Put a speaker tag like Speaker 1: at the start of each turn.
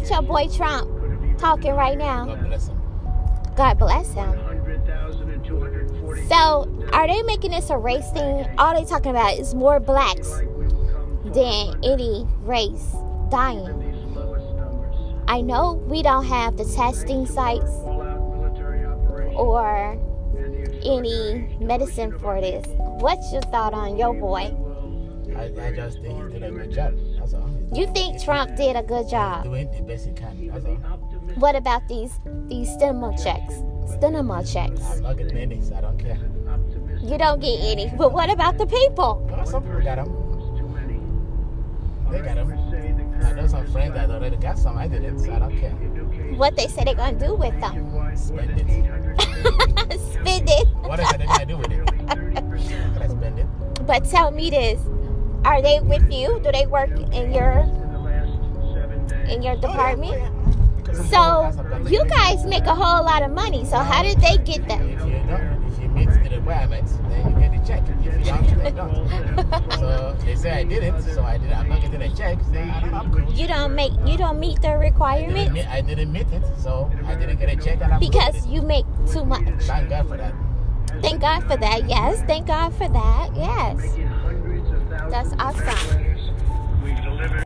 Speaker 1: It's your boy Trump talking right now.
Speaker 2: God bless him.
Speaker 1: God bless him.
Speaker 3: 100,000 and 240.
Speaker 1: So, are they making this a race thing? All they talking about is more blacks
Speaker 3: Like we will come from
Speaker 1: than any race dying.
Speaker 3: these lowest numbers.
Speaker 1: I know we don't have the testing sites
Speaker 3: All out military operations
Speaker 1: or
Speaker 3: and the extraordinary
Speaker 1: any medicine for this. What's your thought on your boy?
Speaker 2: I, I just think he did a good job. That's all. He's
Speaker 1: You think Trump did a good job?
Speaker 2: doing the best he can. That's all.
Speaker 3: optimism
Speaker 1: What about these these stimulus checks? Stimulus checks.
Speaker 2: I'm not getting any, so I don't care.
Speaker 3: optimism
Speaker 1: You don't get any. But what about the people?
Speaker 2: Well, some people got him.
Speaker 3: is too many.
Speaker 2: They got
Speaker 3: Others
Speaker 2: him.
Speaker 3: say the
Speaker 2: I know
Speaker 3: curve
Speaker 2: some friends that already got some. I didn't, so I don't care.
Speaker 3: indicates
Speaker 1: What they say they're gonna do with them?
Speaker 3: nationwide more
Speaker 2: Spend
Speaker 3: than 800
Speaker 2: it.
Speaker 1: Spend it.
Speaker 2: What is it they gonna do with it? I'm gonna spend it.
Speaker 1: But tell me this: Are they with you? Do they work in your
Speaker 3: in the last seven days.
Speaker 1: in your
Speaker 2: Oh, yeah, oh,
Speaker 1: department?
Speaker 2: yeah. Because if
Speaker 1: So
Speaker 2: don't have some
Speaker 1: you
Speaker 2: bad
Speaker 1: guys make a whole lot of money. So how did they get
Speaker 2: thing,
Speaker 1: that?
Speaker 2: If you don't, if you meet the requirements, then you get a check. If you don't, then don't. So they say I did it, so I did. I'm not getting a check. So I don't, I'm good.
Speaker 1: You don't make you don't meet the
Speaker 2: I didn't, meet,
Speaker 1: requirements
Speaker 2: I didn't meet it, so I didn't get a check. And I'm good with
Speaker 1: because
Speaker 2: it.
Speaker 1: you make too much.
Speaker 2: thank God for that.
Speaker 1: Thank God for that. Yes, thank God for that. Yes,
Speaker 3: In hundreds of thousands
Speaker 1: that's awesome.
Speaker 3: we delivered